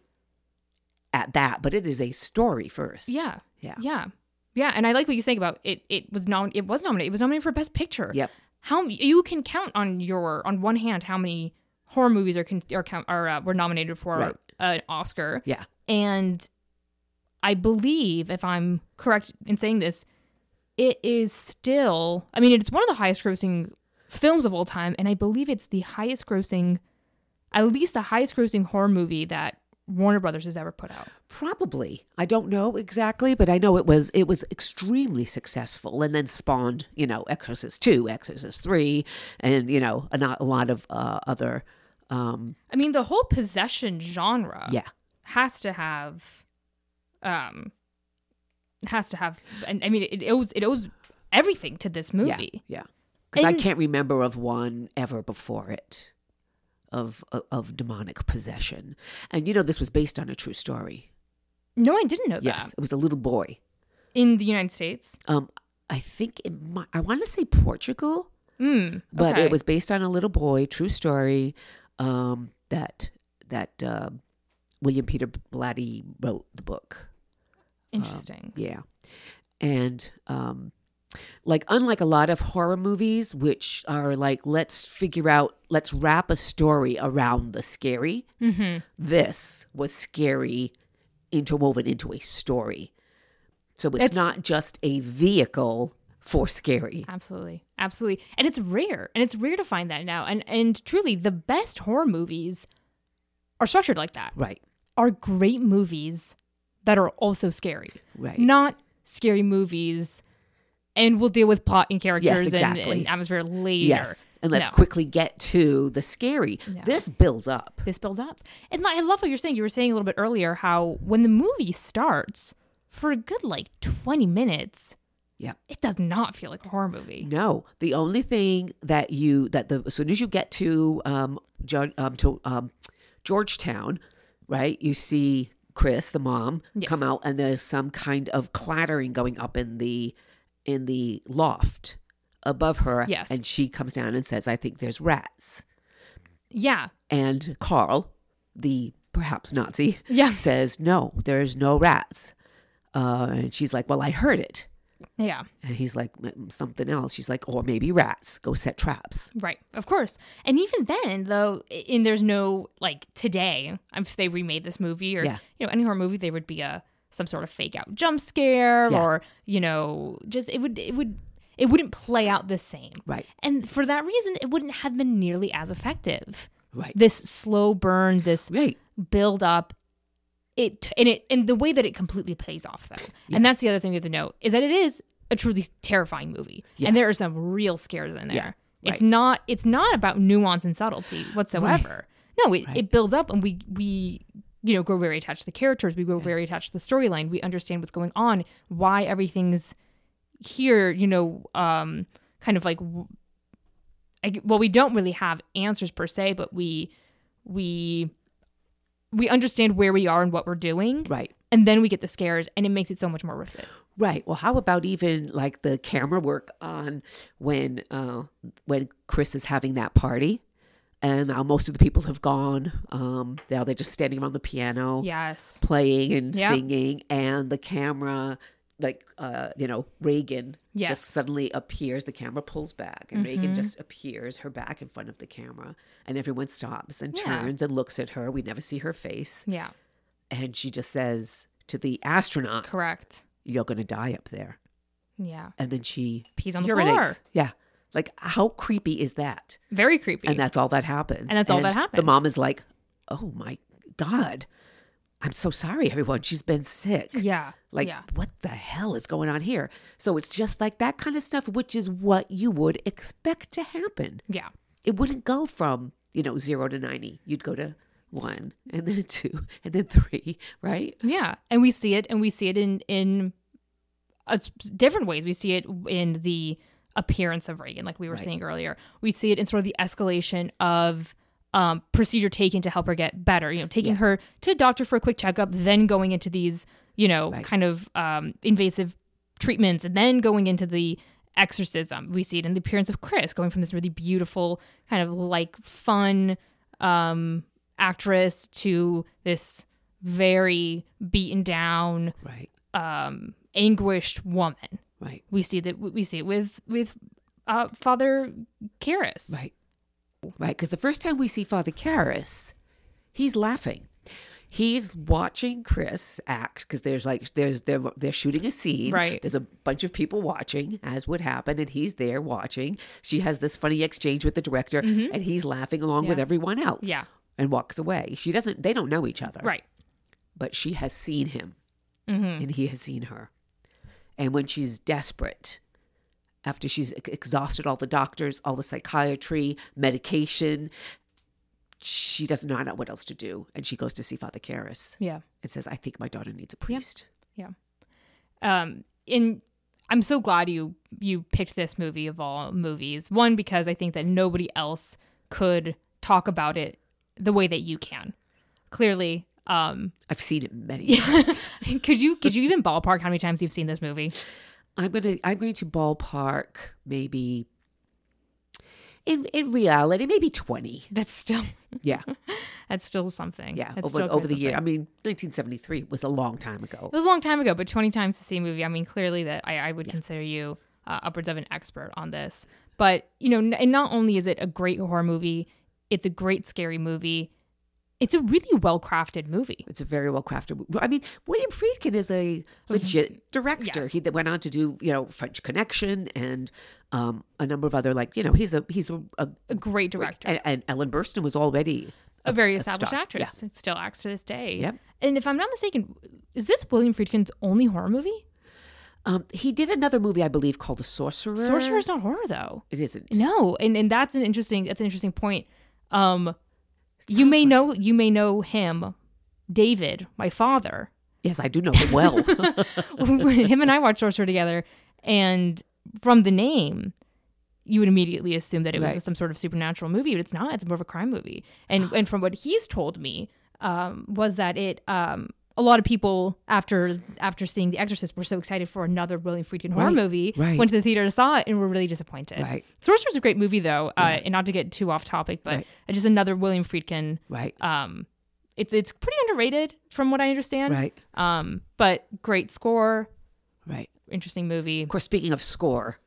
Speaker 2: at that. But it is a story first.
Speaker 1: yeah
Speaker 2: Yeah.
Speaker 1: yeah yeah and i like what you saying about it it was nom- it was nominated it was nominated for best picture
Speaker 2: Yep.
Speaker 1: how you can count on your on one hand how many horror movies are con- are, count, are uh, were nominated for
Speaker 2: Right.
Speaker 1: an oscar
Speaker 2: Yeah.
Speaker 1: and i believe if i'm correct in saying this it is still i mean it's one of the highest grossing films of all time and i believe it's the highest grossing at least the highest grossing horror movie that warner brothers has ever put out
Speaker 2: Probably. I don't know exactly, but I know it was it was extremely successful and then spawned, you know, Exorcist 2, Exorcist 3, and you know, a, not, a lot of uh, other um
Speaker 1: I mean, the whole possession genre
Speaker 2: yeah.
Speaker 1: has to have, um, has to have. And I mean, it, owes it owes everything to this movie.
Speaker 2: Yeah. Yeah. Cuz I
Speaker 1: And-
Speaker 2: can't remember of one ever before it of, of of demonic possession. And you know this was based on a true story.
Speaker 1: No, I didn't know
Speaker 2: Yes,
Speaker 1: that
Speaker 2: it was a little boy.
Speaker 1: in the United States.
Speaker 2: Um I think it might, I want to say Portugal.
Speaker 1: Mm,
Speaker 2: but
Speaker 1: okay.
Speaker 2: it was uh, based on a little boy, true story, um, that that uh, William Peter Blatty wrote the book.
Speaker 1: interesting.
Speaker 2: Yeah, and um, like unlike a lot of horror movies, which are like let's figure out, let's wrap a story around the scary.
Speaker 1: hmm
Speaker 2: This was scary interwoven into a story, so it's
Speaker 1: That's-
Speaker 2: not just a vehicle for scary.
Speaker 1: Absolutely, absolutely, and it's rare, and it's rare to find that now. And and truly, the best horror movies are structured like that.
Speaker 2: Right.
Speaker 1: Are great movies that are also scary.
Speaker 2: Right.
Speaker 1: not scary movies and we'll deal with plot and characters and- and,
Speaker 2: exactly.
Speaker 1: atmosphere later.
Speaker 2: Yes. And let's
Speaker 1: No.
Speaker 2: quickly get to the scary. This builds up.
Speaker 1: This builds up. And I love what you're saying. You were saying a little bit earlier how when the movie starts for a good like 20 minutes,
Speaker 2: Yeah.
Speaker 1: it does not feel like a horror movie.
Speaker 2: No, the only thing that you that the as soon as you get to um, Ju- um to um Georgetown, right? You see Chris, the mom,
Speaker 1: Yes.
Speaker 2: come out, and there's some kind of clattering going up in the in the loft above her.
Speaker 1: Yes.
Speaker 2: and she comes down and says, "I think there's rats."
Speaker 1: Yeah.
Speaker 2: And Carl, the perhaps Nazi,
Speaker 1: Yeah.
Speaker 2: says, No, there's no rats. Uh, and she's like, Well, I heard it.
Speaker 1: Yeah.
Speaker 2: And he's like, "Mm, Something else. She's like, Or maybe rats. Go set traps.
Speaker 1: Right. Of course. And even then, though, i- and there's no like today, um, if they remade this movie or
Speaker 2: Yeah.
Speaker 1: you know any horror movie, there would be a some sort of fake out jump scare
Speaker 2: Yeah.
Speaker 1: or you know just it would it would it wouldn't play out the same.
Speaker 2: Right,
Speaker 1: And for that reason, it wouldn't have been nearly as effective.
Speaker 2: right.
Speaker 1: This slow burn, this
Speaker 2: Right.
Speaker 1: build up, it and it and the way that it completely pays off though. And that's the other thing you have to note is that it is a truly terrifying movie, and there are some real scares in there.
Speaker 2: Yeah,
Speaker 1: It's
Speaker 2: right.
Speaker 1: not it's not about nuance and subtlety whatsoever. No, it, it builds up and we we you know grow very attached to the characters. We grow very attached to the storyline. We understand what's going on, why everything's here. You know, um, kind of like w- I g well, we don't really have answers per se, but we we we understand where we are and what we're doing,
Speaker 2: Right.
Speaker 1: and then we get the scares, and it makes it so much more worth it.
Speaker 2: Right. Well, how about even like the camera work on when uh, when Chris is having that party, and now most of the people have gone. Um, now they're just standing around the piano,
Speaker 1: Yes.
Speaker 2: playing and
Speaker 1: Yeah.
Speaker 2: singing, and the camera, like uh, you know, Reagan
Speaker 1: Yes. Mm-hmm.
Speaker 2: just suddenly appears. The camera pulls back, and Reagan just appears, her back in front of the camera, and everyone stops and
Speaker 1: Yeah.
Speaker 2: turns and looks at her. We never see her face,
Speaker 1: Yeah.
Speaker 2: and she just says to the astronaut,
Speaker 1: Correct.
Speaker 2: "You're going to die up there."
Speaker 1: Yeah.
Speaker 2: and then she
Speaker 1: Pees on the
Speaker 2: urinates.
Speaker 1: floor.
Speaker 2: Yeah. Like how creepy is that?
Speaker 1: Very creepy.
Speaker 2: And that's all that happens.
Speaker 1: And that's all that
Speaker 2: The
Speaker 1: happens.
Speaker 2: mom is like, "Oh my god. I'm so sorry everyone. She's been sick."
Speaker 1: yeah.
Speaker 2: Like
Speaker 1: yeah.
Speaker 2: what the hell is going on here? So it's just like that kind of stuff which is what you would expect to happen.
Speaker 1: Yeah.
Speaker 2: It wouldn't go from, you know, 0 to 90. You'd go to 1 and then 2 and then 3, right?
Speaker 1: Yeah, and we see it, and we see it in in uh, different ways. We see it in the appearance of Reagan, like we were
Speaker 2: Right.
Speaker 1: saying earlier. We see it in sort of the escalation of um, procedure taken to help her get better. You know, taking
Speaker 2: Yeah.
Speaker 1: her to a doctor for a quick checkup, then going into these you know
Speaker 2: Right.
Speaker 1: kind of um, invasive treatments, and then going into the exorcism. We see it in the appearance of Chris, going from this really beautiful kind of like fun um, actress to this very beaten down,
Speaker 2: Right.
Speaker 1: um, anguished woman.
Speaker 2: Right.
Speaker 1: We see that we see it with with uh, Father Karras.
Speaker 2: Right. Right. Because the first time we see Father Karras, he's laughing. He's watching Chris act because there's like there's they're they're shooting a scene.
Speaker 1: Right.
Speaker 2: There's a bunch of people watching, as would happen, and he's there watching. She has this funny exchange with the director, and he's laughing along with
Speaker 1: Mm-hmm. Yeah.
Speaker 2: everyone else.
Speaker 1: Yeah.
Speaker 2: And walks away. She doesn't. They don't know each other.
Speaker 1: Right.
Speaker 2: But she has seen him,
Speaker 1: Mhm.
Speaker 2: and he has seen her. And when she's desperate, after she's ex- exhausted all the doctors, all the psychiatry, medication, she does not know what else to do. And she goes to see Father Karras
Speaker 1: Yeah.
Speaker 2: and says, I think my daughter needs a priest.
Speaker 1: um in I'm so glad you you picked this movie of all movies. One because I think that nobody else could talk about it the way that you can. Clearly,
Speaker 2: [LAUGHS]
Speaker 1: um
Speaker 2: I've seen it many times.
Speaker 1: could you could you even ballpark how many times you've seen this movie?
Speaker 2: I'm gonna I'm going to ballpark maybe in in reality, maybe twenty.
Speaker 1: That's still
Speaker 2: Yeah.
Speaker 1: that's still something.
Speaker 2: Yeah.
Speaker 1: That's
Speaker 2: over
Speaker 1: still
Speaker 2: over the
Speaker 1: something.
Speaker 2: year. I mean, nineteen seventy three was a long time ago.
Speaker 1: It was a long time ago, but 20 times to see a movie. I mean, clearly that I, I would consider you uh, upwards of an expert on this. But, you know, n- and not only is it a great horror movie, it's a great scary movie. It's a really well crafted movie.
Speaker 2: It's a very well crafted. I mean, William Friedkin is a legit director.
Speaker 1: Mm-hmm. Yes.
Speaker 2: He that went on to do you know French Connection and um, a number of other like you know he's a he's a, a
Speaker 1: A great director.
Speaker 2: and, and Ellen Burstyn was already
Speaker 1: a very established
Speaker 2: star.
Speaker 1: actress. It Still acts to this day.
Speaker 2: Yep.
Speaker 1: And if I'm not mistaken, is this William Friedkin's only horror movie?
Speaker 2: um, he did another movie I believe called The Sorcerer.
Speaker 1: Sorcerer's not horror though.
Speaker 2: It isn't.
Speaker 1: No, and and that's an interesting that's an interesting point. Um, you may know you may know him, David, my father.
Speaker 2: Yes, I do know him
Speaker 1: [LAUGHS]
Speaker 2: well.
Speaker 1: him and I watched Sorcerer together, and from the name, you would immediately assume that it was
Speaker 2: Right.
Speaker 1: some sort of supernatural movie, but it's not. It's more of a crime movie.
Speaker 2: [GASPS]
Speaker 1: And and from what he's told me, um, was that it. Um, a lot of people after after seeing The Exorcist were so excited for another William Friedkin horror
Speaker 2: Right,
Speaker 1: movie,
Speaker 2: right.
Speaker 1: went to the theater and saw it, and were really disappointed.
Speaker 2: Right.
Speaker 1: Sorcerer's a great movie though, uh, and not to get too off topic, but
Speaker 2: Right.
Speaker 1: just another William Friedkin.
Speaker 2: right.
Speaker 1: Um, it's it's pretty underrated from what I understand.
Speaker 2: Right.
Speaker 1: Um, but great score,
Speaker 2: Right.
Speaker 1: interesting movie.
Speaker 2: Of course, speaking of score,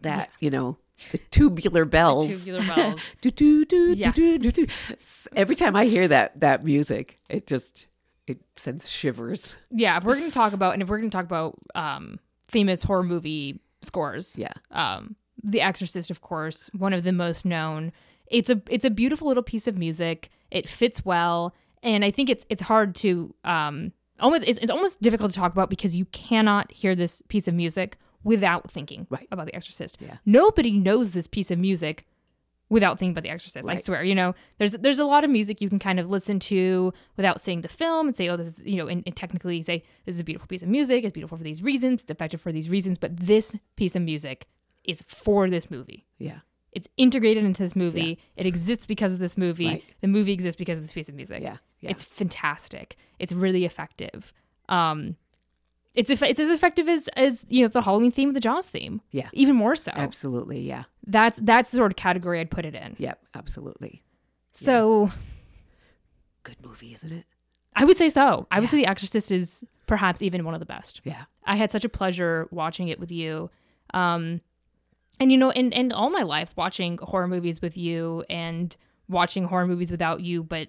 Speaker 2: that you know the tubular bells.
Speaker 1: Tubular Bells.
Speaker 2: do, do, do,
Speaker 1: Yeah.
Speaker 2: do, do, do, do. S- Every time I hear that that music, it just it sends shivers.
Speaker 1: [LAUGHS] yeah, if we're gonna talk about and if we're gonna talk about um famous horror movie scores,
Speaker 2: Yeah.
Speaker 1: um, The Exorcist, of course, one of the most known. It's a it's a beautiful little piece of music. It fits well, and I think it's it's hard to um almost it's, it's almost difficult to talk about because you cannot hear this piece of music without thinking
Speaker 2: Right.
Speaker 1: about The Exorcist.
Speaker 2: Yeah.
Speaker 1: Nobody knows this piece of music without thinking about The Exorcist. I
Speaker 2: Right.
Speaker 1: swear, you know, there's there's a lot of music you can kind of listen to without seeing the film and say, oh, this is you know, and, and technically say this is a beautiful piece of music. It's beautiful for these reasons. It's effective for these reasons. But this piece of music is for this movie.
Speaker 2: Yeah.
Speaker 1: It's integrated into this movie. It exists because of this movie.
Speaker 2: Right.
Speaker 1: The movie exists because of this piece of music.
Speaker 2: Yeah. Yeah.
Speaker 1: It's fantastic. It's really effective. Um, it's eff- it's as effective as as you know the Halloween theme, the Jaws theme.
Speaker 2: Yeah.
Speaker 1: even more so.
Speaker 2: absolutely. Yeah.
Speaker 1: That's that's the sort of category I'd put it in.
Speaker 2: Yep. Absolutely.
Speaker 1: So
Speaker 2: Good movie, isn't it?
Speaker 1: I would say so. I would say The Exorcist is perhaps even one of the best.
Speaker 2: Yeah.
Speaker 1: I had such a pleasure watching it with you. Um, and you know, and and all my life watching horror movies with you and watching horror movies without you, but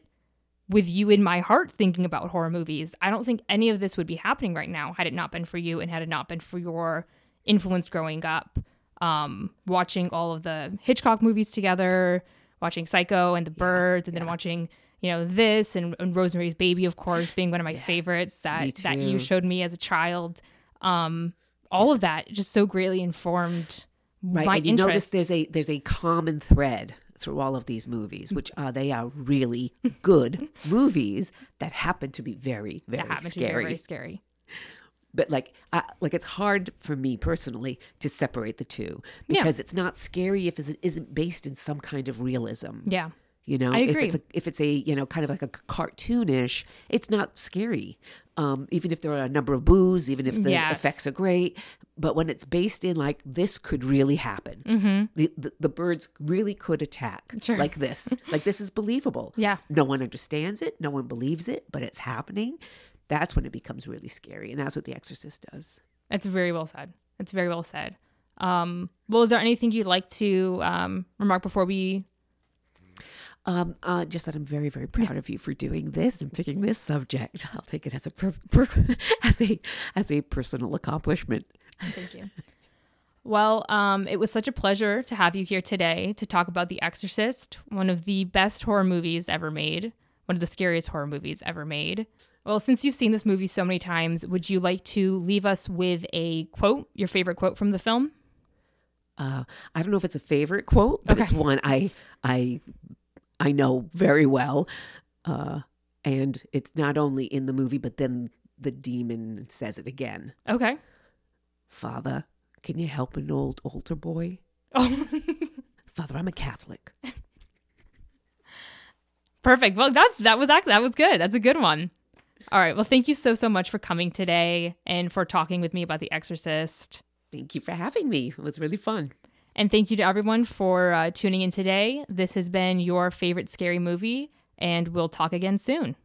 Speaker 1: with you in my heart thinking about horror movies, I don't think any of this would be happening right now had it not been for you and had it not been for your influence growing up. Um, watching all of the Hitchcock movies together, watching Psycho and The Birds, and then watching you know this and, and Rosemary's Baby, of course, being one of my favorites that that you
Speaker 2: too.
Speaker 1: showed me as a child. Um, all of that just so greatly informed
Speaker 2: Right.
Speaker 1: my
Speaker 2: and you notice
Speaker 1: interest.
Speaker 2: there's a there's a common thread through all of these movies, which are they are
Speaker 1: [LAUGHS]
Speaker 2: really good movies that happen to be very very
Speaker 1: that happened to be
Speaker 2: scary.
Speaker 1: very scary.
Speaker 2: but like I, like it's hard for me personally to separate the two because it's not scary if it isn't based in some kind of realism.
Speaker 1: Yeah.
Speaker 2: You know,
Speaker 1: I
Speaker 2: if it's a,
Speaker 1: agree.
Speaker 2: if it's a you know kind of like a cartoonish, it's not scary. Um, even if there are a number of boos, even if the
Speaker 1: Yes.
Speaker 2: effects are great, but when it's based in like this could really happen, the, the the birds really could attack
Speaker 1: Mm-hmm. Sure.
Speaker 2: like
Speaker 1: [LAUGHS]
Speaker 2: this, like this is believable.
Speaker 1: Yeah.
Speaker 2: no one understands it, no one believes it, but it's happening. That's when it becomes really scary, and that's what The Exorcist does.
Speaker 1: That's very well said. That's very well said. Um, well, is there anything you'd like to um, remark before we? [LAUGHS]
Speaker 2: Um, uh, just that I'm very, very proud of you for doing this and picking this subject. [LAUGHS] I'll take it as a per- [LAUGHS] per- as a as a personal accomplishment.
Speaker 1: Thank you. Well, um, it was such a pleasure to have you here today to talk about The Exorcist, one of the best horror movies ever made, one of the scariest horror movies ever made. Well, since you've seen this movie so many times, would you like to leave us with a quote, your favorite quote from the film?
Speaker 2: Uh, I don't know if it's a favorite quote, but it's
Speaker 1: Okay.
Speaker 2: one I I I know very well, uh, and it's not only in the movie, but then the demon says it again.
Speaker 1: Okay.
Speaker 2: Father, can you help an old altar boy?
Speaker 1: Oh, [LAUGHS]
Speaker 2: Father, I'm a Catholic.
Speaker 1: perfect. Well, that's that was act- that was good. That's a good one. All right. Well, thank you so so much for coming today and for talking with me about The Exorcist.
Speaker 2: Thank you for having me. It was really fun.
Speaker 1: And thank you to everyone for uh, tuning in today. This has been your favorite scary movie, and we'll talk again soon.